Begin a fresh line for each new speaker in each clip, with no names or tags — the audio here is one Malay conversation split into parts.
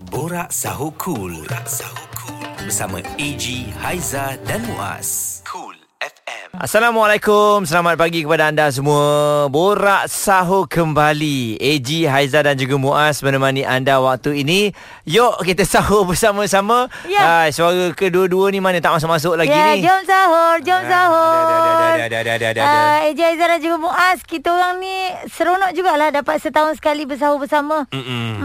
Borak Sahur Cool. Borak Sahur Cool. Bersama AG, Haiza dan Muaz. Cool FM.
Assalamualaikum, selamat pagi kepada anda semua Borak Sahur kembali AG, Haiza dan juga Muaz menemani anda waktu ini Yuk kita sahur bersama-sama
Ya.
Ah, Suara kedua-dua ni mana tak masuk-masuk lagi
Ya,
ni
jom sahur, jom sahur.
ada, ada, ada, ada, ada, ada, ada.
Ah, Eja Aizah dan juga Muaz, kita orang ni seronok jugalah dapat setahun sekali bersahur bersama.
Hmm.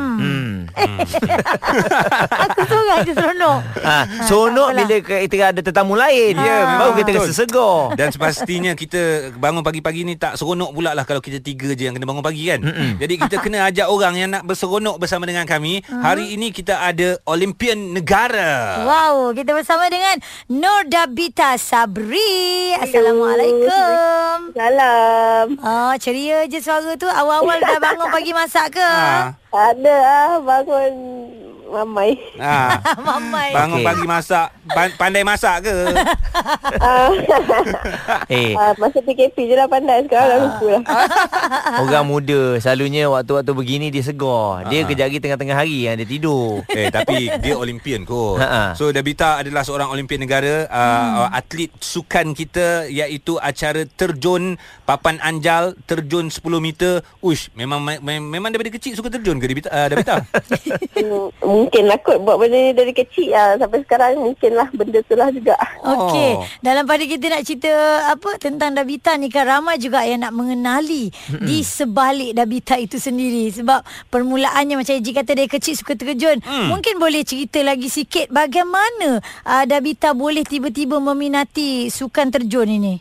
Aku seorang je seronok.
Ha, sonok
Ah, tak apalah.
bila kita ada tetamu lain
Ya, memang
Baru kita
betul.
rasa segar
Dan sepastinya kita bangun pagi-pagi ni tak seronok pula lah kalau kita tiga je yang kena bangun pagi kan. Mm-mm. Jadi kita kena ajak orang yang nak berseronok bersama dengan kami. Mm-hmm. Hari ini kita ada Olimpian Negara.
Wow, kita bersama dengan Nur Dabita Sabri. Assalamualaikum.
Salam.
Oh, ceria je suara tu. Awal-awal dah bangun pagi masak ke?
Ha.
Ada ah bangun mamai.
Ha.
Mamai.
Bangun
Okey.
pagi masak Pan- Pandai masak ke?
Ah,
Eh,
ah, masa PKP je lah pandai sekarang dah lupa lah.
orang muda Selalunya waktu-waktu begini dia segar Dia kejap lagi tengah-tengah hari yang dia tidur
eh tapi dia Olimpian kot
Ha-ha.
So Dabita adalah seorang Olimpian negara uh, Atlet sukan kita Iaitu acara terjun Papan anjal Terjun 10 meter Uish Memang me- me- memang daripada kecil suka terjun ke Dabita? Uh, Dabita?
Hmm, mungkin lah kot buat benda ni dari kecil lah. Sampai sekarang mungkin lah benda tu lah juga.
Okey,
Oh.
dalam pada kita nak cerita apa tentang Dabita ni kan ramai juga yang nak mengenali di sebalik Dabita itu sendiri sebab permulaannya macam Eji kata dia kecil suka terjun.
Mm.
Mungkin boleh cerita lagi sikit bagaimana uh, Dabita boleh tiba-tiba meminati sukan terjun ini.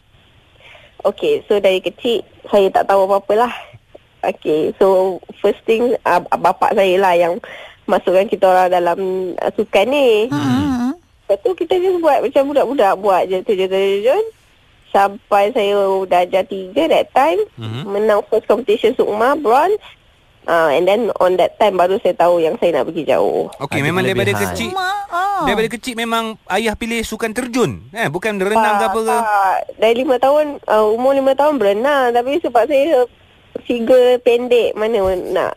Okay, so dari kecil saya tak tahu apa-apa lah. Okay, so first thing uh, bapak saya lah yang masukkan kita orang dalam uh, sukan ni.
Mm.
Hmm.
Lepas tu kita just buat macam budak-budak buat je terjun-terjun. Sampai saya darjah tiga that time.
Mhm.
Mm-hmm. Menang first competition Sukma, bronze. Uh, and then on that time baru saya tahu yang saya nak pergi jauh.
Okey,
Ada
memang daripada
kelebihan.
kecil
Ma, oh.
daripada kecil memang ayah pilih sukan terjun. Eh, bukan renang ke apa ke.
Ah, tak. Dari lima tahun, uh, umur lima tahun berenang. Tapi sebab saya figure pendek mana nak.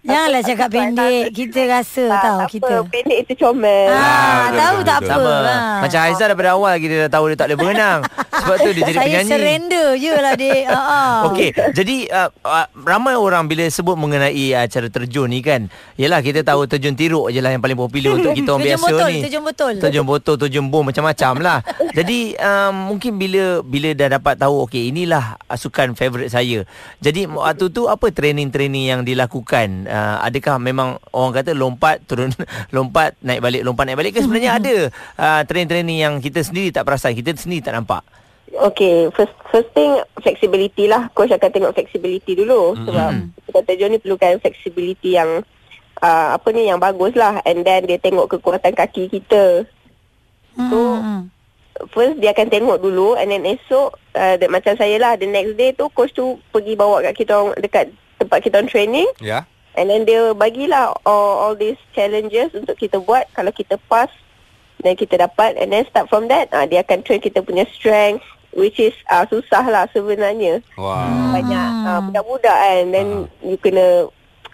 Janganlah cakap pendek. Kita rasa
tak,
tahu
tak
kita.
Apa, pendek itu comel.
Ah,
betul,
tahu
betul,
tak
betul.
apa.
Sama
Ha.
Macam Haizah daripada awal lagi Dia dah tahu dia tak boleh berenang Sebab tu dia jadi
saya
penyanyi
surrender je lah dek. Ha, ha.
Okey, jadi uh, uh, ramai orang bila sebut mengenai uh, acara terjun ni kan, yalah kita tahu terjun tiruk je lah yang paling popular untuk kita orang
Terjun
biasa
botol,
ni.
terjun botol.
Terjun botol, terjun bom macam-macam lah. jadi um, mungkin bila bila dah dapat tahu okey inilah uh, sukan favourite saya. Jadi waktu tu apa training-training yang dilakukan? Uh, adakah memang orang kata lompat turun lompat naik balik lompat naik balik ke sebenarnya ada uh, training-training yang kita sendiri tak perasan, kita sendiri tak nampak.
Okay, first first thing flexibility lah. Coach akan tengok flexibility dulu mm-hmm. sebab sukan terjun ni perlukan flexibility yang uh, apa ni yang bagus lah. And then dia tengok kekuatan kaki kita.
Hmm.
First dia akan tengok dulu and then esok uh, the, macam saya lah the next day tu coach tu pergi bawa kat kita orang dekat tempat kita orang training
Ya.
and then dia bagilah all, all these challenges untuk kita buat kalau kita pass dan kita dapat and then start from that uh, dia akan train kita punya strength which is uh, susah lah sebenarnya.
Hmm.
Wah.
banyak uh, budak-budak kan then you kena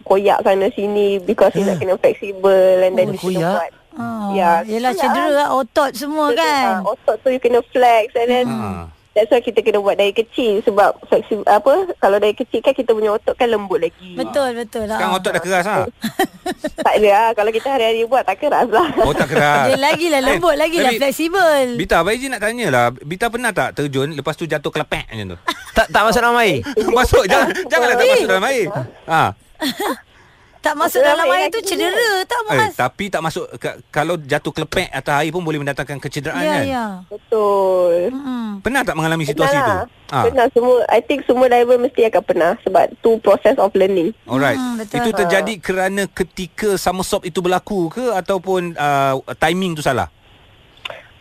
koyak sana sini because you nak kena flexible and then
Oh,
you kena
koyak.
buat
Oh,
Ya,
Yelah
itulah.
cedera lah otot semua kan.
uh, otot tu you kena flex and then
Ha.
that's why kita kena buat dari kecil sebab flexible apa kalau dari kecil kan kita punya otot kan lembut lagi
Betul betul lah.
Sekarang otot dah keras ha.
tak ada lah kalau kita hari-hari buat tak keras lah
Otak keras.
dia lagi lah lembut lagi lah
Ah. Eh, tapi-
fleksibel.
Bita, Abang Izzy nak tanya lah. Bita pernah tak terjun lepas tu jatuh kelepek macam tu?
Tak tak masuk nama air.
masuk jangan janganlah tak
Eh.
masuk dalam air. Ha.
tak masuk
Betul
dalam
lah,
air
lagi
tu
dia.
cedera tak
Eh,
mas.
tapi tak masuk ka- kalau jatuh kelepek atas air pun boleh mendatangkan kecederaan
ya
kan?
ya.
betul
Hmm.
Pernah tak mengalami situasi
pernah
tu? Ha. Ah.
lah. pernah semua I think semua diver mesti akan pernah sebab tu process of learning
Alright.
Hmm,
Hmm,
betul.
Itu terjadi kerana ketika somersault itu berlaku ke ataupun uh, timing tu salah?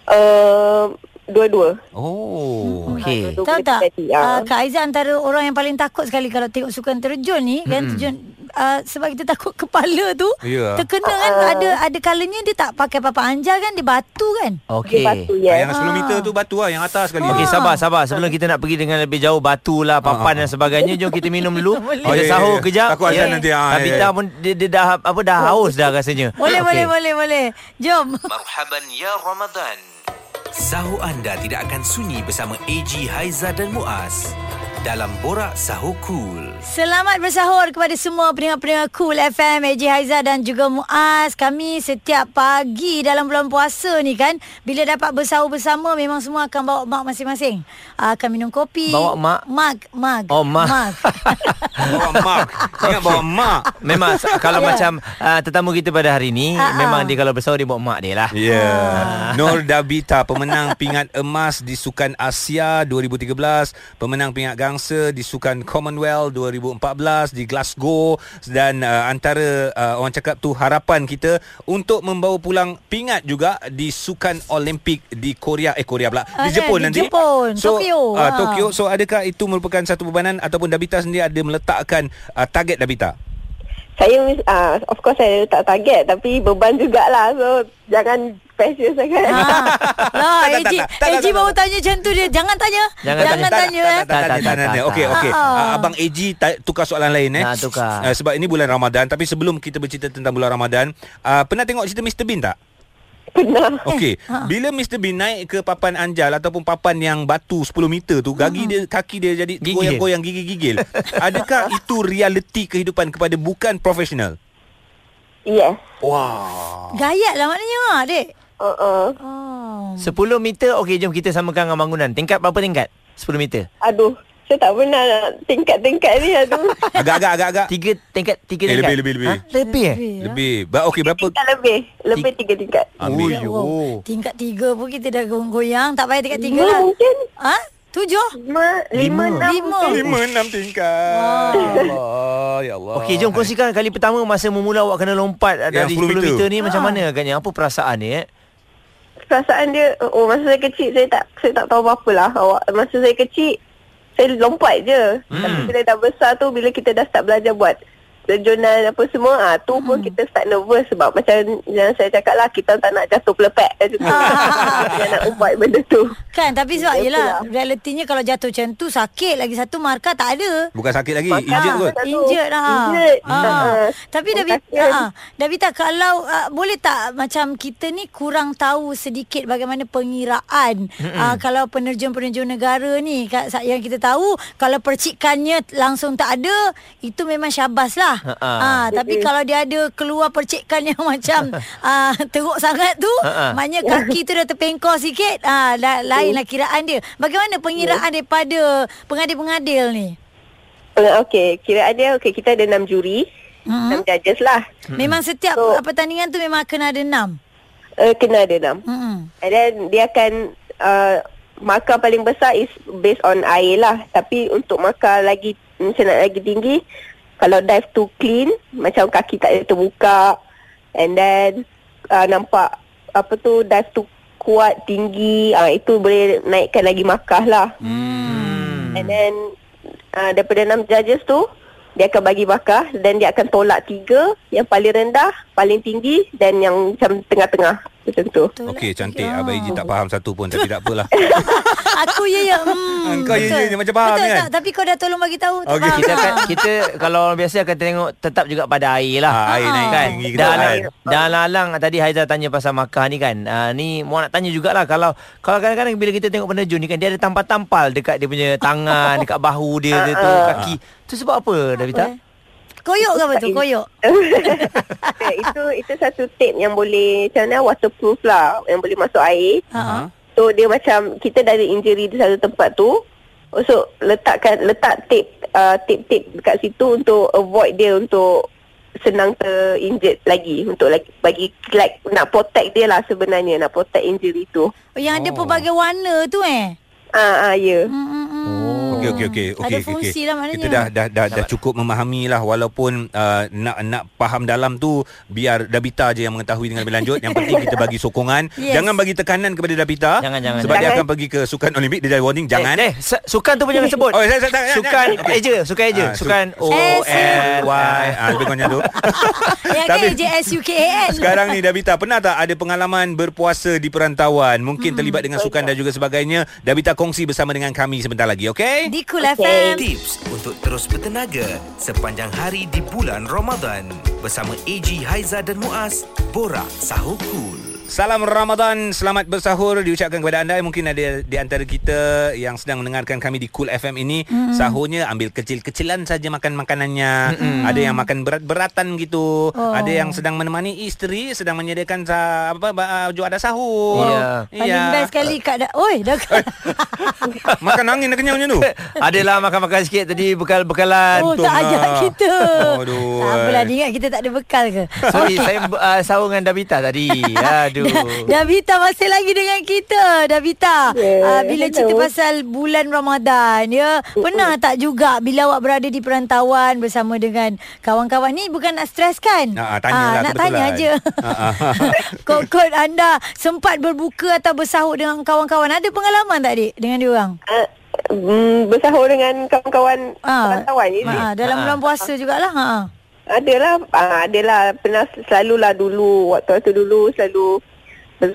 uh, dua-dua.
Hmm.
Oh.
Eh,
Okey.
Dua-dua
Tahu
boleh
tak
terjadi, ah.
uh, Kak Aiza antara orang yang paling takut sekali Kalau tengok sukan terjun ni mm-hmm. Kan terjun uh, Sebab kita takut kepala tu
Ya.
Terkena kan
Ah.
Ada ada kalanya dia tak pakai papan anjal kan Dia batu kan
Dia
Okey.
batu,
Yeah.
ya.
Yang 10 meter tu batu lah yang atas sekali.
Ah.
Okey, sabar, sabar. Sebelum kita nak pergi dengan lebih jauh batu lah,
Ah.
papan dan sebagainya, jom kita minum dulu.
Oh,
kita
ya,
sahur
ya, ya.
kejap.
Takut azan nanti, ah,
Tabita
ya, ya.
pun dia, dia dah apa dah haus dah rasanya.
Boleh
Ah,
Okey.
boleh boleh boleh Jom
Marhaban ya Ramadan. Sahur anda tidak akan sunyi bersama AG Haiza dan Muaz dalam Borak Sahur Cool.
Selamat bersahur kepada semua pendengar-pendengar Cool FM, AJ Haiza dan juga Muaz. Kami setiap pagi dalam bulan puasa ni kan, bila dapat bersahur bersama memang semua akan bawa mak masing-masing. Ah, Akan minum kopi.
Bawa mak?
Mak, mak.
Oh, mak.
Bawa mak. Ingat bawa mak.
Memang s- kalau
Ya.
macam uh, tetamu kita pada hari ni,
Ah,
memang
ah.
dia kalau bersahur dia bawa mak dia lah.
Ya. Yeah. Nur Dabita pemenang pingat emas di Sukan Asia 2013, pemenang pingat gangsa di Sukan Commonwealth 2014 di Glasgow dan uh, antara uh, orang cakap tu harapan kita untuk membawa pulang pingat juga di Sukan Olimpik di Korea eh Korea pula
Ah,
di Jepun
di
nanti.
Jepun,
so,
Tokyo.
Uh,
Ah.
Tokyo. So adakah itu merupakan satu bebanan ataupun Dabita sendiri ada meletakkan uh, target Dabita?
Saya uh, of course saya tak target tapi beban jugalah. So jangan pressure
Ha.
sangat.
Lah,
Tak, tak,
AJ,
tak, tak, tak,
AJ
tak, tak,
baru
tak.
tanya macam tu dia. Jangan tanya.
Jangan
Jangan
tanya.
tanya. eh.
Tak, tak, tak, tak, tak. Okey, okey.
Ah.
Ah, Abang AG ta- tukar soalan lain eh.
Ah, tukar.
Ah, sebab ini bulan Ramadan tapi sebelum kita bercerita tentang bulan Ramadan, ah, pernah tengok cerita Mr Bean tak?
Pernah.
Okey. Bila Mr Bean naik ke papan anjal ataupun papan yang batu 10 meter tu, gigi dia kaki dia jadi
Gigil.
goyang-goyang gigil-gigil. Adakah itu realiti kehidupan kepada bukan profesional?
Yes.
Wah.
Gayat lah maknanya, ah, dek.
Uh-uh.
Oh.
10 meter, okey jom kita samakan dengan bangunan. Tingkat berapa tingkat? 10 meter.
Aduh. Saya tak pernah nak tingkat-tingkat ni. Aduh.
Agak-agak agak-agak.
Tiga tingkat, tiga
Eh,
tingkat.
lebih, lebih, lebih.
Ha? Lebih eh?
Lebih. Ba- Okey, berapa? oh.
tingkat lebih. Lebih tiga tingkat.
Amin.
Ui.
Wow. Ya Tingkat tiga pun kita dah goyang-goyang. Tak payah tingkat tiga
Lima
lah.
mungkin.
Ha? Tujuh?
Lima, lima, enam.
Lima.
Lima, enam tingkat. Ya Allah, ya Allah.
Okey, jom kongsikan kali pertama masa memula awak kena lompat eh, dari 10
Yang 10
meter,
Ya, meter.
ni macam
Ah.
mana agaknya? Apa perasaan ni eh?
Perasaan dia, oh masa saya kecil saya tak saya tak tahu apa-apa lah. Awak, masa saya kecil, saya lompat je. Hmm. Tapi bila dah besar tu, bila kita dah start belajar buat terjunan apa semua, ah tu pun kita start nervous sebab macam yang saya cakap lah, kita tak nak jatuh pelepek. Macam tu. Kita nak ubat benda tu.
Kan tapi sebab
Betul
yelah
lah.
Realitinya kalau jatuh macam tu Sakit lagi satu markah tak ada
Bukan sakit lagi,
Makan.
injet kot.
Satu.
Injured lah
Injured.
ha.
Ah.
Tapi
Terima
Davita
kasih.
ha. Davita kalau uh, Boleh tak Macam kita ni Kurang tahu sedikit Bagaimana pengiraan uh, Kalau penerjun-penerjun negara ni kat- sa- Yang kita tahu Kalau percikannya Langsung tak ada Itu memang syabas lah
Ha, ha.
ha. Tapi kalau dia ada Keluar percikan yang macam uh, Teruk sangat tu
Ha, ha.
Maknanya kaki tu dah terpengkor sikit. Ah, la, lainlah kiraan dia. Bagaimana pengiraan daripada pengadil-pengadil ni?
Uh, okay, kira ada, okay, kita ada enam juri.
Mhm.
Enam judges lah.
Memang setiap
So-
pertandingan tu memang akan ada enam.
Uh, kena ada enam.
Hmm.
And then dia akan uh, markah paling besar is based on air lah. Tapi untuk markah lagi macam nak lagi tinggi, kalau dive to clean, macam kaki tak ada terbuka. And then uh, nampak apa tu dive to kuat tinggi, uh, itu boleh naikkan lagi markah lah. Hmm. And then uh, daripada enam judges tu, dia akan bagi markah dan dia akan tolak tiga yang paling rendah, paling tinggi dan yang macam tengah-tengah macam tu.
Betul
Okey
lah.
cantik
Ya.
Abang Iji tak faham satu pun Tapi tak apalah
Aku ya ya. Hmm,
Kau ya,
betul.
ya, ya, macam faham
betul,
kan?
Tak, tapi kau dah tolong bagi tahu. Tak
Okey,
faham.
Kita akan,
Ha.
kita kalau orang biasa akan tengok tetap juga pada air lah.
Ah, air naik
kan
tinggi ke
dah
tak
alang,
kan?
dah alang tadi Haizal tanya pasal makah ni kan uh, ni mau nak tanya jugalah kalau kalau kadang-kadang bila kita tengok penerjun ni kan dia ada tampal-tampal dekat dia punya tangan dekat bahu dia, dia
Ah,
tu kaki tu sebab apa Davita
Apa? Koyok ke apa tu? Koyok.
Ya, itu itu satu tape yang boleh macam mana waterproof lah yang boleh masuk air.
Ha.
So dia macam kita dah ada injury di satu tempat tu. So letakkan letak tape uh, tape-tape dekat situ untuk avoid dia untuk senang terinjured lagi untuk lagi bagi like nak protect dia lah sebenarnya nak protect injury tu.
Yang ada
Oh.
pelbagai warna tu eh.
Ah ah ya.
Hmm, hmm, hmm.
Okey Okey okey okey okey.
Ada
okey,
fungsi
okey.
lah maknanya.
Kita dah dah dah, dah cukup memahami lah walaupun uh, nak nak faham dalam tu biar Dabita je yang mengetahui dengan lebih lanjut. Yang penting kita bagi sokongan.
Yes.
Jangan bagi tekanan kepada Dabita.
Jangan, jangan,
Sebab dia
jangan.
akan pergi ke sukan Olimpik dia dah warning jangan.
Eh, eh su- sukan tu pun jangan sebut.
Oh, saya- saya tak- jangan,
Sukan
jangan.
eja, sukan eja.
Ah, su-
Sukan O L Y.
Why? Ah, lebih kurang macam tu.
Yang kan
Tapi-
AJSUKAN.
Sekarang ni Dabita pernah tak ada pengalaman berpuasa di perantauan? Mungkin hmm. terlibat dengan sukan dan juga sebagainya. Dabita kongsi bersama dengan kami sebentar lagi, okey?
Di Cool
Okey.
FM.
Tips untuk terus bertenaga sepanjang hari di bulan Ramadan bersama AG Haiza dan Muaz, Borak Sahur Cool.
Salam Ramadan, selamat bersahur diucapkan kepada anda mungkin ada di antara kita yang sedang mendengarkan kami di Cool FM ini mm. sahurnya ambil kecil-kecilan saja makan makanannya. Mm. Ada yang makan berat-beratan gitu, oh. ada yang sedang menemani isteri sedang menyediakan sa- apa baju ada sahur.
Ya.
Paling best sekali Kak dah Oi dah
Makan angin dah kenyang macam tu.
Adalah makan-makan sikit tadi bekal-bekalan.
Oh
Antum
tak ajak
lah.
kita
Aduh.
Tak apalah dia ingat kita tak ada bekal ke
Sorry, saya uh, sahur dengan Davita tadi. Aduh.
Davita masih lagi dengan kita Davita yeah,
Yeah,
uh, Bila cerita
hello.
pasal bulan Ramadan ya Pernah tak juga bila awak berada di perantauan Bersama dengan kawan-kawan ni Bukan nak stres kan
Ah, ah, tanya
Ah,
lah,
Nak
kebetulan.
tanya je
Ah, ah.
Kod-kod anda sempat berbuka atau bersahur dengan kawan-kawan Ada pengalaman tak dik dengan diorang?
Ah, mm, bersahur dengan kawan-kawan
Ah,
perantauan ni.
ah, dalam
Ah.
bulan puasa jugalah ha. ah.
Adalah ah, adalah pernah selalulah dulu waktu-waktu dulu selalu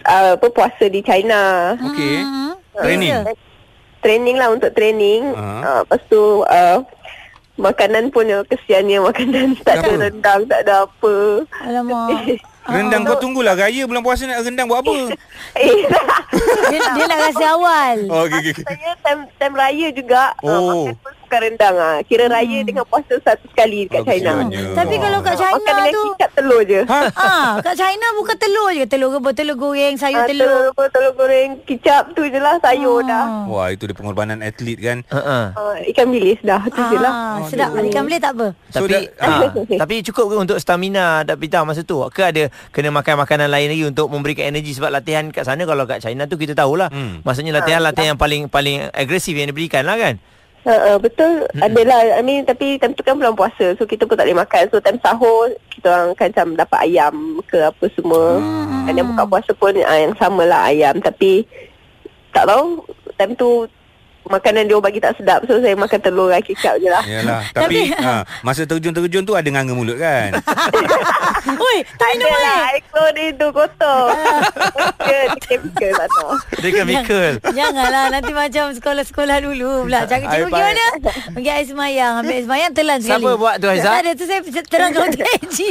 uh, apa puasa di China. Ah,
Okey.
Hmm.
Training.
Biasa.
Training lah untuk training.
Ah.
Uh-huh. Uh, lepas tu uh, makanan pun yang kesiannya makanan tak ada rendang, tak ada apa.
Alamak.
Rendang kau tunggulah raya bulan puasa nak rendang buat apa?
Ah, Eh,
Dia, dia nak rasa awal.
Oh, okey okey. okey.
saya time, time raya juga oh. uh,
Oh. Hmm.
makan pun bukan rendang ah. Kira raya dengan puasa satu sekali dekat
Oh,
China. Ah,
kesiannya.
Tapi kalau kat
makan
China
dengan
tu
kicap telur je.
Ha?
Ah, kat China bukan telur je, telur rebus, telur goreng, sayur
Ah,
telur. Ah.
telur, telur goreng, kicap tu je lah
Hmm.
sayur dah.
Wah, itu dia pengorbanan atlet kan.
Uh-uh.
Uh, ikan bilis dah tu je
Ah,
lah.
sedap. Ikan boleh tak apa?
So,
Tapi
dah-
ah, tapi cukup ke untuk stamina Davita masa tu? Ke ada kena makan makanan lain lagi untuk memberikan energi sebab latihan kat sana kalau kat China tu kita tahulah.
Hmm.
Maksudnya
Ah,
latihan-latihan yang paling paling agresif yang diberikan lah kan.
Uh, uh, betul mm-hmm. adalah I mean tapi time tu kan bulan puasa so kita pun tak boleh makan so time sahur kita orang kan macam dapat ayam ke apa semua mm-hmm. dan yang buka puasa pun uh, yang samalah ayam tapi tak tahu time tu makanan dia orang bagi tak sedap so saya makan telur dan kicap je lah
Yalah, tapi,
Tapi-
ha, masa terjun-terjun tu ada nganga mulut kan.
Oi, tak minum
Adalah
eh.
ekor dia tu kotor Dia chemical lah tak tahu
Dia chemical.
Janganlah nanti macam sekolah-sekolah dulu pula. Jangan
Air
cikgu
panas.
gimana? Pergi air semayang, ambil air semayang telan sekali.
Siapa buat tu, Aizat?
Tak ada tu saya terang kau tu Eji.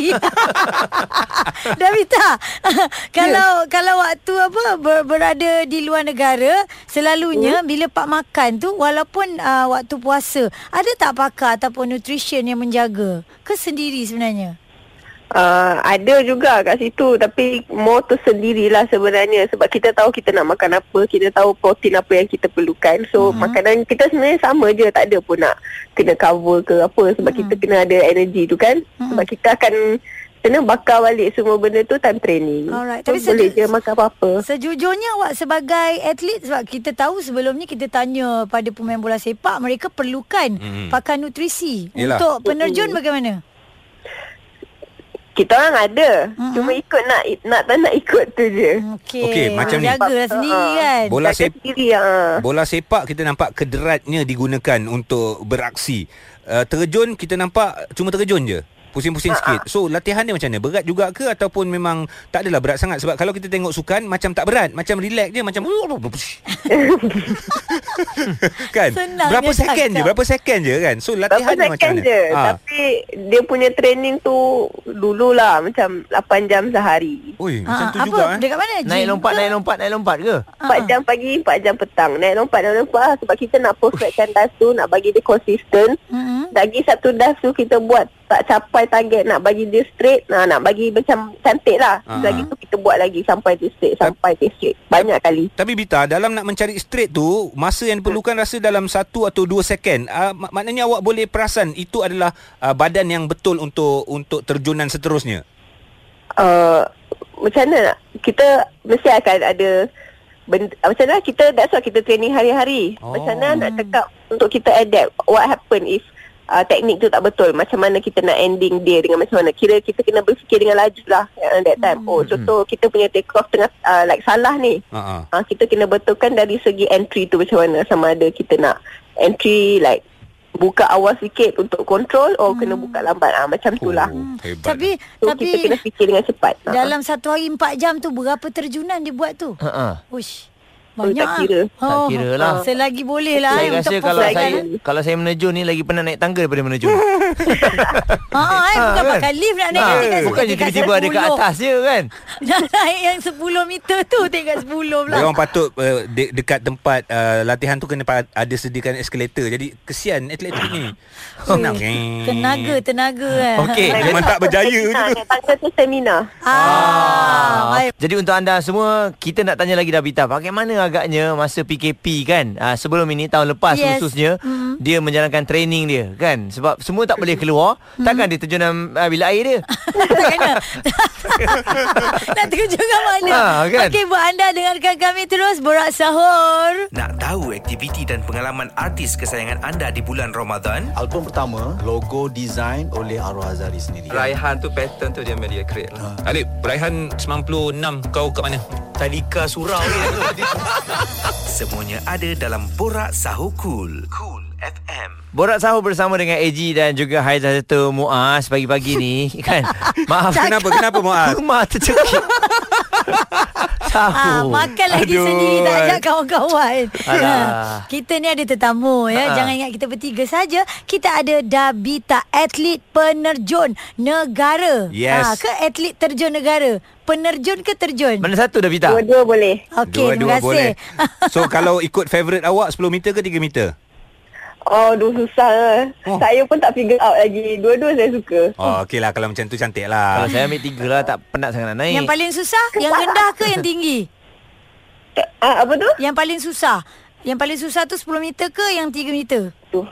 Davita, kalau kalau waktu apa ber, berada di luar negara, selalunya bila pak makan tu walaupun uh, waktu puasa, ada tak pakar ataupun nutrition yang menjaga? Ke sendiri sebenarnya?
Uh, ada juga kat situ tapi more tu sendirilah sebenarnya sebab kita tahu kita nak makan apa, kita tahu protein apa yang kita perlukan.
Mhm.
So uh-huh. makanan kita sebenarnya sama je, tak ada pun nak kena cover ke apa sebab uh-huh. kita
Mhm.
kena ada energy tu kan. Uh-huh. Sebab kita akan kena bakar balik semua benda tu time training.
Alright,
So,
tapi
boleh
sedu-
je makan apa-apa.
Sejujurnya awak sebagai atlet sebab kita tahu sebelumnya kita tanya pada pemain bola sepak mereka perlukan mm.
Mm-mm.
pakai nutrisi
Hmm. Yelah. Oh.
untuk penerjun bagaimana?
Kita orang ada,
Mhm.
uh-huh. cuma ikut nak nak tak nak ikut tu je.
Hmm, Okey,
Okey, macam ni.
jagalah sendiri
Ah, ah.
kan.
Bola
Jaga
sep-
sendiri ah.
Bola sepak kita nampak kederatnya digunakan untuk beraksi. Uh, terjun kita nampak cuma terjun je. Pusing-pusing
Ah,
sikit. So latihan dia macam mana? Berat juga ke ataupun memang tak adalah berat sangat sebab kalau kita tengok sukan macam tak berat, macam relax je macam kan?
Senangnya
berapa second je,
cakap.
berapa second je kan. So
Tak
latihan
apa
dia macam
second
mana?
je
Ah.
Tapi dia punya training tu Dululah Macam 8 jam sehari
Oi, macam
Ah,
tu
apa,
juga eh.
Dekat mana?
Naik
Gym
lompat,
ke?
naik lompat, naik lompat ke?
4 jam pagi 4 jam petang Naik lompat Naik lompat lah. Sebab kita nak perfectkan dive tu Nak bagi dia konsisten
Mm-mm.
Lagi satu dive tu Kita buat Tak capai target Nak bagi dia straight nah, Nak bagi macam Cantik lah
Ah.
Lagi tu kita buat lagi Sampai dia straight Sampai dia straight Banyak kali
Tapi Bita, dalam nak mencari straight tu, masa yang diperlukan rasa dalam satu atau dua second. Uh, mak- maknanya awak boleh perasan itu adalah uh, badan yang betul untuk untuk terjunan seterusnya.
uh, macam mana nak- kita mesti akan ada benda, macam mana kita that's why kita training hari-hari.
Oh.
Oh. Macam mana nak cakap untuk kita adapt what happen if uh, teknik tu tak betul. Macam mana kita nak ending dia dengan macam mana. Kira kita kena berfikir dengan laju lah at that time. Oh
Hmm.
contoh kita punya take off tengah uh, like salah ni.
Ha ah.
Uh, kita kena betulkan dari segi entry tu macam mana sama ada kita nak entry like buka awal sikit untuk control or kena buka lambat ah macam
Hmm. Oh,
itulah.
lah.
hebat.
Hmm, Tapi
So
tapi
kita kena fikir dengan cepat. Ah.
dalam satu hari empat jam tu berapa terjunan dia buat tu?
Ha ah.
Ush.
Oh,
Banyak
tak
ah.
kira.
Tak kira lah.
Selagi boleh lah
Saya
eh,
rasa
untuk
kalau
perform
saya
kan.
kalau saya menerjun ni lagi pernah naik tangga daripada menerjun.
Ha eh bukan
kan?
pakai lift nak naik
Ah,
tingkat
Bukannya
tingkat
tiba-tiba ada kat
10.
atas je kan.
Nak naik yang 10 meter tu tingkat 10 pula.
Dia orang patut uh, de- dekat tempat uh, latihan tu kena pa- ada sediakan eskelator. Jadi kesian atletik ni. Senang. Eh,
Tenaga, tenaga kan.
Okey.
Memang tak berjaya je tu.
Ha, tangga tu seminar.
Ah, baik.
Jadi untuk anda semua Kita nak tanya lagi Davita Bagaimana agaknya Masa PKP kan uh, Sebelum ini Tahun lepas
Yes. Mm-hmm.
khususnya mm. Dia menjalankan training dia kan Sebab semua tak boleh keluar
Mm-hmm.
mm. Takkan dia terjun dalam uh, bilik air dia
tak kena. Nak terkejut kat mana?
Ah, kan?
Okey, buat anda dengarkan kami terus. Borak Sahur.
Nak tahu aktiviti dan pengalaman artis kesayangan anda di bulan Ramadan?
Album pertama logo design oleh Arwah Azari sendiri.
Raihan tu pattern tu dia media create lah.
Alip, Raihan 96 kau kat mana?
Talika surau
Semuanya ada dalam Borak Sahur Cool. Cool FM.
Borak sahur bersama dengan AG Dan juga Haizah Zeta Muaz Pagi-pagi ni Kan Maaf
Kenapa? Kenapa Muaz?
Rumah tercekik
Ah,
Sahur
makanlah Aduh. dia
Aduh.
sendiri tak ajak kawan-kawan.
Alah.
Ha, Kita ni ada tetamu
Ah.
ya. Jangan ingat kita bertiga saja. Kita ada Dabita atlet penerjun negara.
Yes.
Ah, ke atlet terjun negara? Penerjun ke terjun?
Mana satu Davita?
Dua-dua boleh.
Okey, terima
Dua-dua
kasih.
boleh. So kalau ikut favourite awak 10 meter ke 3 meter?
Oh, dulu susah.
Oh.
Oh. Saya pun tak figure out lagi. Dua-dua saya suka.
Oh, okey lah kalau macam tu cantik lah.
Kalau saya ambil tiga lah Tak penat sangat nak naik
Yang paling susah, yang rendah ke yang tinggi?
Ah, apa tu?
Yang paling susah. Yang paling susah tu 10 meter ke yang 3 meter?
tu.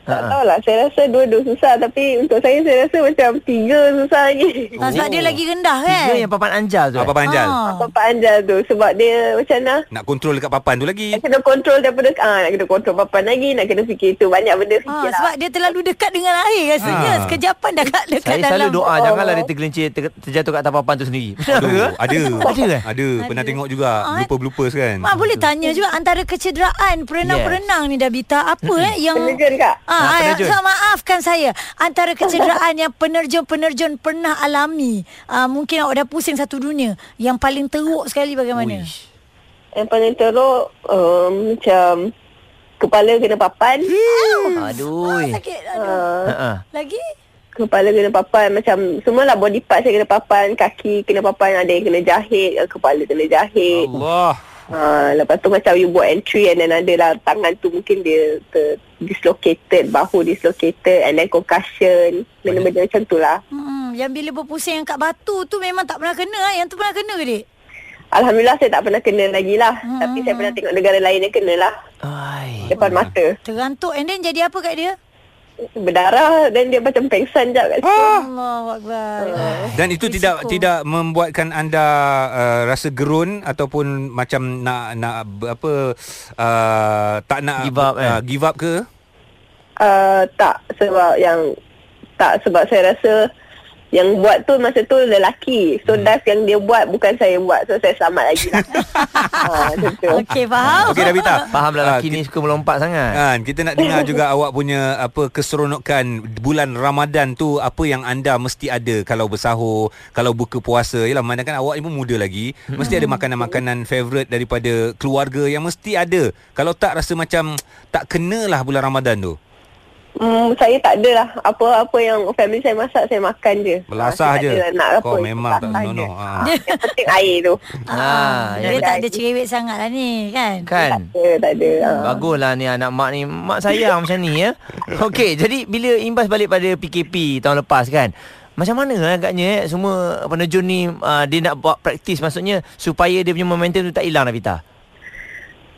Tak tahulah. Saya rasa dua-dua susah. Tapi untuk saya, saya rasa macam tiga susah lagi.
Ha, sebab dia lagi rendah kan?
Oh. Tiga yang papan anjal tu eh?
Apa panjal?
Ah.
Bapak Anjal tu. Sebab dia macam mana?
Nak kontrol dekat papan tu lagi.
Nak kena kontrol daripada ah, Nak kena kontrol papan lagi Nak kena fikir tu Banyak benda fikir
Ha,
lah
sebab dia terlalu dekat dengan air rasanya.
Ah.
Sekejapan dah kat dekat
Saya
dalam.
selalu doa Janganlah dia tergelincir ter, Terjatuh kat atas papan tu sendiri Benar ke?
Aduh, ada.
Ada eh?
Ada. Pernah
Ada.
tengok juga.
Ah,
Blooper-bloopers kan.
Mak boleh tanya juga antara kecederaan perenang-perenang ni Dabita apa eh yang
Penerjun, Kak.
Ah,
Ah,
ah,
penerjun.
so, maafkan saya. Antara kecederaan yang penerjun-penerjun pernah alami. Ah, mungkin awak dah pusing satu dunia. Yang paling teruk sekali bagaimana?
Uish.
Yang paling teruk um, Macam Kepala kena papan
Aduh.
Ah, Sakit. Aduh.
uh,
Ha-ha.
Lagi?
Kepala kena papan Macam Semualah body part saya kena papan Kaki kena papan Ada yang kena jahit yang Kepala kena jahit
Allah.
Ha, lepas tu macam you buat entry and then adalah tangan tu mungkin dia ter, dislocated, bahu dislocated and then concussion. Benda-benda macam tu lah.
Hmm, yang bila berpusing yang kat batu tu memang tak pernah kena. eh. Yang tu pernah kena ke, Dik?
Alhamdulillah saya tak pernah kena lagi lah. Hmm. Tapi saya pernah tengok negara lain yang kena lah.
Ai.
Depan mata.
Terantuk and then jadi apa kat dia?
Berdarah dan dia macam pengsan jap kat situ.
Ah.
Ah.
Allahu Akbar.
Dan itu tidak
Risiko.
tidak membuatkan anda uh, rasa gerun ataupun macam nak nak b- apa uh, tak nak
Give up, eh?
uh, give up ke?
Uh, tak sebab yang tak sebab saya rasa yang buat tu masa tu lelaki. So hmm. dive yang dia buat bukan saya buat. So saya selamat lagi lah. ha, macam tu.
Okey, Oh. faham?
Okey Davita.
Faham lah lelaki
Ah,
ni suka melompat sangat.
Kan, kita nak dengar juga awak punya apa keseronokan bulan Ramadan tu apa yang anda mesti ada kalau bersahur, kalau buka puasa. Yalah memandangkan awak ni pun muda lagi, mesti ada makanan-makanan favourite daripada keluarga yang mesti ada. Kalau tak rasa macam tak kenalah bulan Ramadan tu.
Hmm, saya tak ada lah. Apa-apa yang family saya masak, saya makan je.
Belasah
Ah, saya
je.
tak ada nak apa.
Kau memang tak
Belasah
no
je.
no. Ha.
Yang penting air tu.
Ah.
Ha,
Ah, Dia tak ada cerewet sangat lah ni, kan?
Tak
kan?
ada, tak ada. Ha.
Baguslah ni anak mak ni Mak sayang macam ni ya Okey jadi bila imbas balik pada PKP tahun lepas kan Macam mana agaknya eh, semua penerjun ni uh, Dia nak buat praktis maksudnya Supaya dia punya momentum tu tak hilang Navita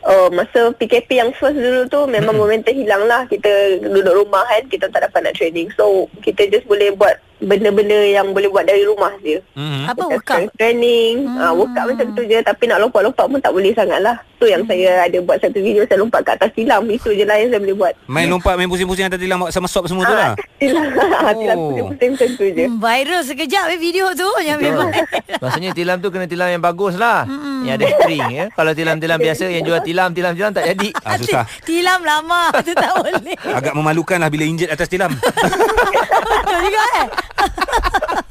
Oh, masa PKP yang first dulu tu
Hmm.
memang momentum hilang lah. Kita duduk rumah kan, kita tak dapat nak training. So, kita just boleh buat benda-benda yang boleh buat dari rumah je.
Mm-hmm.
Apa
Macam
workout?
strength Training, hmm. uh, workout macam tu je tapi nak lompat-lompat pun tak boleh sangat lah. Tu yang
Hmm.
saya ada buat satu video saya lompat kat atas silam. Itu je lah yang saya boleh buat.
Main lompat, main pusing-pusing atas tilam sama sop semua tu lah.
Silam, silam
Oh.
pusing-pusing macam tu je.
Hmm, viral sekejap eh video tu yang memang
Maksudnya tilam tu kena tilam yang bagus lah mm. Yang ada string ya Kalau tilam-tilam biasa yang jual tilam-tilam-tilam tak jadi
Ah, susah.
tilam lama tu tak boleh.
Agak memalukan lah bila injet atas tilam.
Betul juga eh.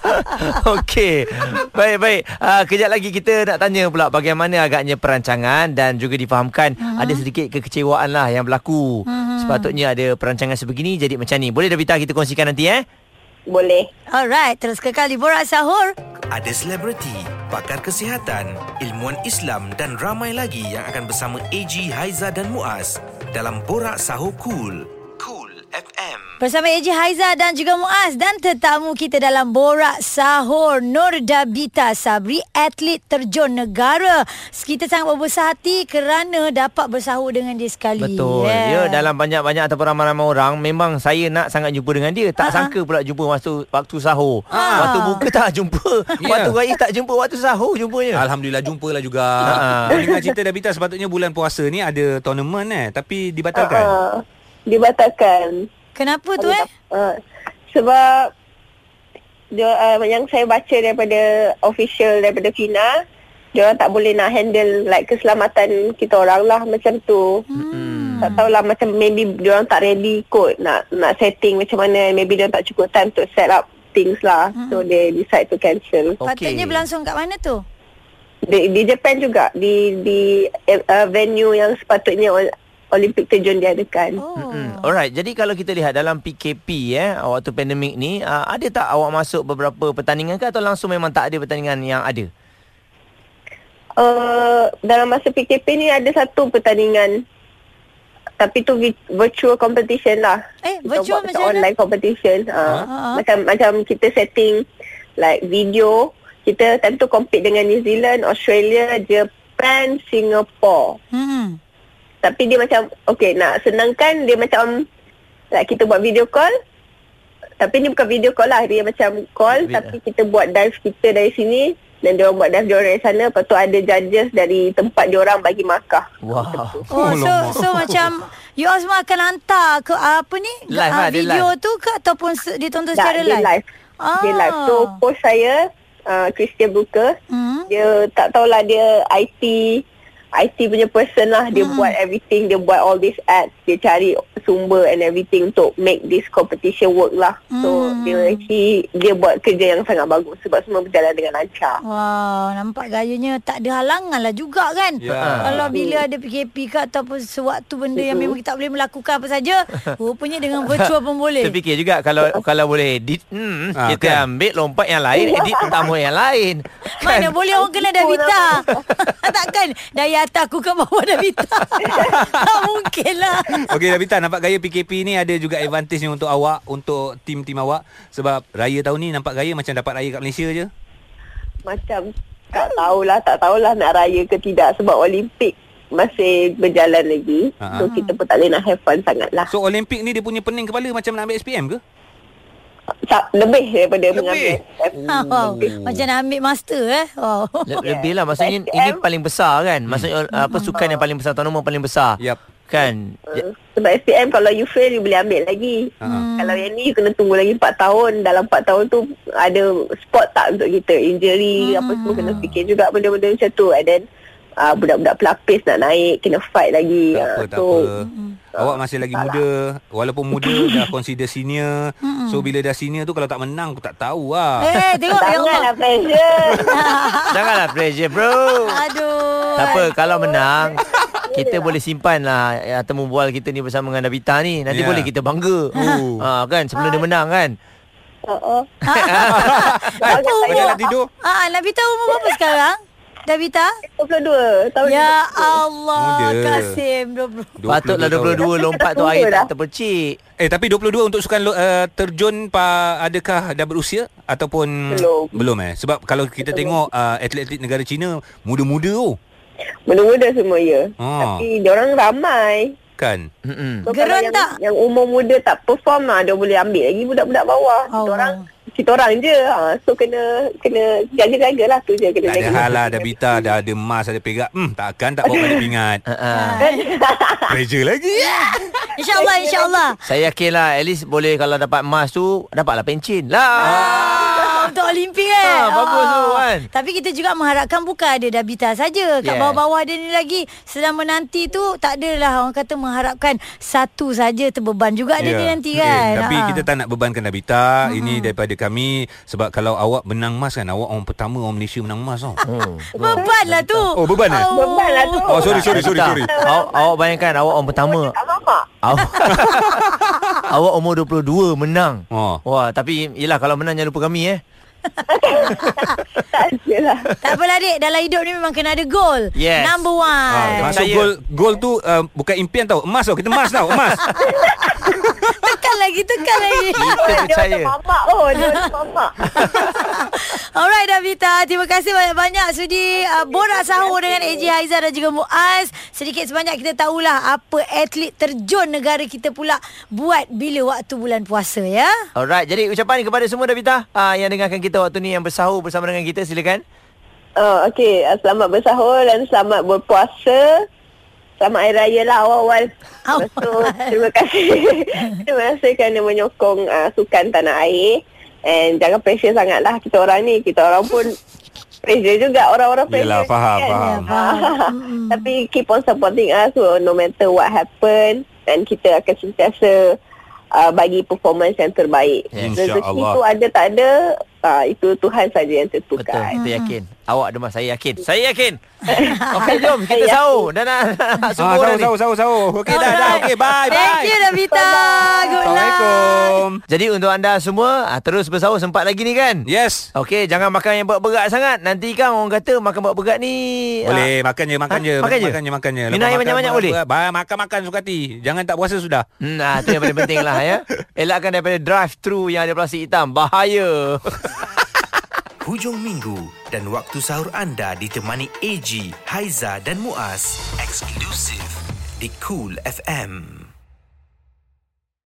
Okey Baik-baik uh, Kejap lagi kita nak tanya pula Bagaimana agaknya perancangan Dan juga difahamkan
Mm-hmm.
uh-huh. Ada sedikit kekecewaan lah yang berlaku uh-huh. Sepatutnya ada perancangan sebegini Jadi macam ni Boleh Davita kita kongsikan nanti eh
Boleh.
Alright, terus kekal di Borak Sahur.
Ada selebriti, pakar kesihatan, ilmuwan Islam dan ramai lagi yang akan bersama AG Haiza dan Muaz dalam Borak Sahur Cool. Cool FM.
Bersama AJ Haiza dan juga Muaz dan tetamu kita dalam Borak Sahur Nur Dabita Sabri atlet terjun negara. Kita sangat berbesar hati kerana dapat bersahur dengan dia sekali.
Betul. Yeah. Ya, dalam banyak-banyak ataupun ramai-ramai orang memang saya nak sangat jumpa dengan dia. Tak
Ah,
Ha-ha.
uh-huh. sangka pula jumpa waktu waktu sahur. Uh-huh. Waktu buka tak jumpa.
Ya.
Yeah. Waktu raya tak jumpa, waktu sahur jumpanya.
Alhamdulillah jumpa lah juga.
Ah.
Kau dengar cerita Davita sepatutnya bulan puasa ni ada tournament eh tapi
kan?
dibatalkan.
Uh, dibatalkan.
Kenapa tu eh?
Uh, sebab dia, uh, yang saya baca daripada official daripada FINA, dia orang tak boleh nak handle like keselamatan kita orang lah macam tu. Hmm. Tak tahulah macam maybe dia orang tak ready kot nak nak setting macam mana maybe dia orang tak cukup time to set up things lah. Hmm. So they decide to cancel.
Okey.
Patutnya berlangsung kat mana tu?
Di, di Japan juga di di uh, venue yang sepatutnya ol- Olimpik terjun diadakan.
Oh.
Hmm. Alright, jadi kalau kita lihat dalam PKP eh waktu pandemik ni, uh, ada tak awak masuk beberapa pertandingan ke atau langsung memang tak ada pertandingan yang ada?
Uh, dalam masa PKP ni ada satu pertandingan tapi tu vi- virtual competition lah.
Eh,
Kita
virtual
buat
macam mana?
Online competition. Uh,
Ha?
Macam macam kita setting like video. Kita time tu compete dengan New Zealand, Australia, Japan, Singapore.
Hmm.
Tapi dia macam Okay nak senangkan Dia macam like, Kita buat video call Tapi ni bukan video call lah Dia macam call
Video.
Tapi kita buat dive kita dari sini Dan dia orang buat dive dia orang dari sana Lepas tu ada judges dari tempat dia orang bagi markah
Wow.
Oh, so so macam you all semua akan hantar ke apa ni? Ah,
Live lah, dia
video
live.
tu ke ataupun se- ditonton
Tak,
secara live?
dia live
Ah.
Dia live So coach saya uh, Christian Booker
Hmm.
Dia tak tahulah dia IT IT punya person lah Dia
Hmm.
buat everything Dia buat all these ads Dia cari sumber and everything Untuk make this competition work lah So
Hmm.
dia he, Dia buat kerja yang sangat bagus Sebab semua berjalan dengan lancar
Wow, nampak gayanya tak ada halangan lah juga kan.
Ya.
Kalau bila ada PKP ke ataupun sewaktu benda yang memang kita tak boleh melakukan apa saja, rupanya dengan virtual pun boleh.
Terfikir juga kalau kalau boleh edit, hmm,
Ah,
kita
kan?
ambil lompat yang lain, edit tambah yang lain. kan,
Mana boleh orang kena dah Vita. Takkan daya atas aku kan bawa dah Vita. tak mungkin lah.
Okey Davita nampak gaya PKP ni ada juga advantage ni untuk awak untuk tim-tim awak sebab raya tahun ni nampak gaya macam dapat raya kat Malaysia je.
Macam Tak
Hmm.
tahulah Tak tahulah nak raya ke tidak Sebab Olimpik Masih berjalan lagi
Ha, ha.
Ah.
So kita pun tak boleh nak have fun sangat lah
So Olimpik ni dia punya pening kepala macam nak ambil SPM ke?
Tak, Lebih daripada mengambil
Ah,
Ha,
Oh.
oh.
wow. Macam nak ambil master eh. Wow.
Le- Lebih lah Maksudnya ini paling besar kan Maksudnya hmm. apa sukan yang paling besar Tournament paling besar
Yap.
Kan Ya-
Uh, Sebab SPM kalau you fail you boleh ambil lagi. Ah.
Ha.
Kalau yang ni you kena tunggu lagi 4 tahun. Dalam 4 tahun tu ada spot tak untuk kita injury
Hmm.
apa semua kena fikir juga benda-benda macam tu. And then uh, budak-budak pelapis nak naik kena fight lagi.
Tak
Ah,
apa, tak
so,
apa. Awak masih lagi muda Walaupun muda Dah consider senior So bila dah senior tu Kalau tak menang Aku tak tahu lah
Eh, tengok ya Allah.
Janganlah pressure.
Janganlah pressure bro
Aduh.
Tak apa Kalau menang Kita boleh simpan lah ya, Temu bual kita ni Bersama dengan Davita ni Nanti
Ya.
boleh kita bangga
Oh.
ha, Kan Sebelum dia menang kan
Uh-uh.
Ah, Eh, Macam
ya.
umur.
nak tidur
Ah, Nabita umur berapa sekarang? Nabita?
22 tahun
Ya
ni.
ah.
Allah
Muda.
Kasim 20.
22
Patutlah
tahun.
22 Lompat tu
Tapi
air tak
kita tunggu
terpercik
Eh tapi 22 untuk sukan lo- uh, terjun pa, adakah dah berusia ataupun
Belum.
belum eh sebab kalau kita tengok uh, atlet-atlet negara Cina muda-muda tu.
Muda-muda semua ya.
Ah.
Tapi diorang ramai.
Kan
Mm-mm.
So,
Gerun
kalau yang,
tak?
Yang umur muda tak perform lah Dia boleh ambil lagi budak-budak bawah Kita
Allah.
orang Kita orang je ha. So kena Kena jaga-jaga lah tu je kena
Tak ada
jaga.
hal lah Ada bita Dah ada emas Ada perak Hmm takkan tak bawa balik pingat Ya,
Uh-uh.
Pressure lagi
InsyaAllah, insyaAllah.
Saya yakin lah At least boleh Kalau dapat emas tu Dapatlah pencin lah
Ah, untuk Olimpik eh.
Ah, bagus tu, kan?
Tapi kita juga mengharapkan bukan ada Dabita saja. Kat
Yes.
bawah-bawah dia ni lagi sedang menanti tu tak adalah orang kata mengharapkan satu saja terbeban juga yeah. dia ni nanti kan.
Eh, tapi
Ah.
kita tak nak bebankan Nabita. Hmm. Ini daripada kami sebab kalau awak menang emas kan, awak orang pertama orang Malaysia menang emas tau.
Oh.
beban lah tu.
Oh, beban eh?
Beban lah tu
Oh, sorry, sorry, sorry, sorry.
Awak, awak bayangkan awak orang pertama.
Tak mamak
Awak, awak umur 22 menang.
Oh.
Wah, tapi yelah kalau menang jangan lupa kami eh.
Tak je lah
Tak apalah dik, dalam hidup ni memang kena ada goal.
Yes.
Number one.
Ah, masuk
Saya-
gol gol tu uh, bukan impian tau, emas tau. Kita emas tau, emas.
Tekan lagi, tekan lagi.
Kita
Dia
percaya.
macam mamak oh Dia macam mamak
Alright Davita, terima kasih banyak-banyak sudi uh, borak sahur dengan AJ Haizah dan juga Muaz. Sedikit sebanyak kita tahulah apa atlet terjun negara kita pula buat bila waktu bulan puasa ya.
Alright, jadi ucapan kepada semua Davita uh, yang dengarkan kita waktu ni yang bersahur bersama dengan kita silakan.
Oh, okey. Ah, Selamat bersahur dan selamat berpuasa. Selamat Hari Raya lah awal-awal.
Oh,
Lepas tu, terima kasih. terima kasih kerana menyokong uh, sukan tanah air. And jangan pressure sangat lah kita orang ni. Kita orang pun pressure juga. Orang-orang pressure.
Yelah, faham,
juga
faham.
Ah, Tapi keep on supporting us so no matter what happen. Dan kita akan sentiasa uh, bagi performance yang terbaik.
Yes.
Rezeki
InsyaAllah.
tu ada tak ada, uh, itu Tuhan saja yang tentukan.
Betul, kita yakin. Awak ada mas, saya yakin. Saya yakin. Okey, jom kita sahur dan nak, nak
ah,
subuh dah
sahur,
ni.
sahur, sahur, sahur. Okey dah, dah.
Alright.
Okey, bye, bye.
Thank you Davita. Good luck.
Assalamualaikum.
Jadi untuk anda semua uh, terus bersahur sempat lagi ni kan?
Yes.
Okey, jangan makan yang berat-berat sangat. Nanti kan orang kata makan berat-berat ni ah,
Boleh makan je makan
Ha?
je
Makan je?
makan je makan je.
Minum air banyak-banyak boleh?
Makan makan suka hati. Jangan tak puasa sudah.
Hmm, ah, itu yang paling penting lah ya. Elakkan daripada drive-thru yang ada plastik hitam. Bahaya.
Hujung minggu dan waktu sahur anda ditemani AG, Haiza dan Muaz. Eksklusif di Cool FM.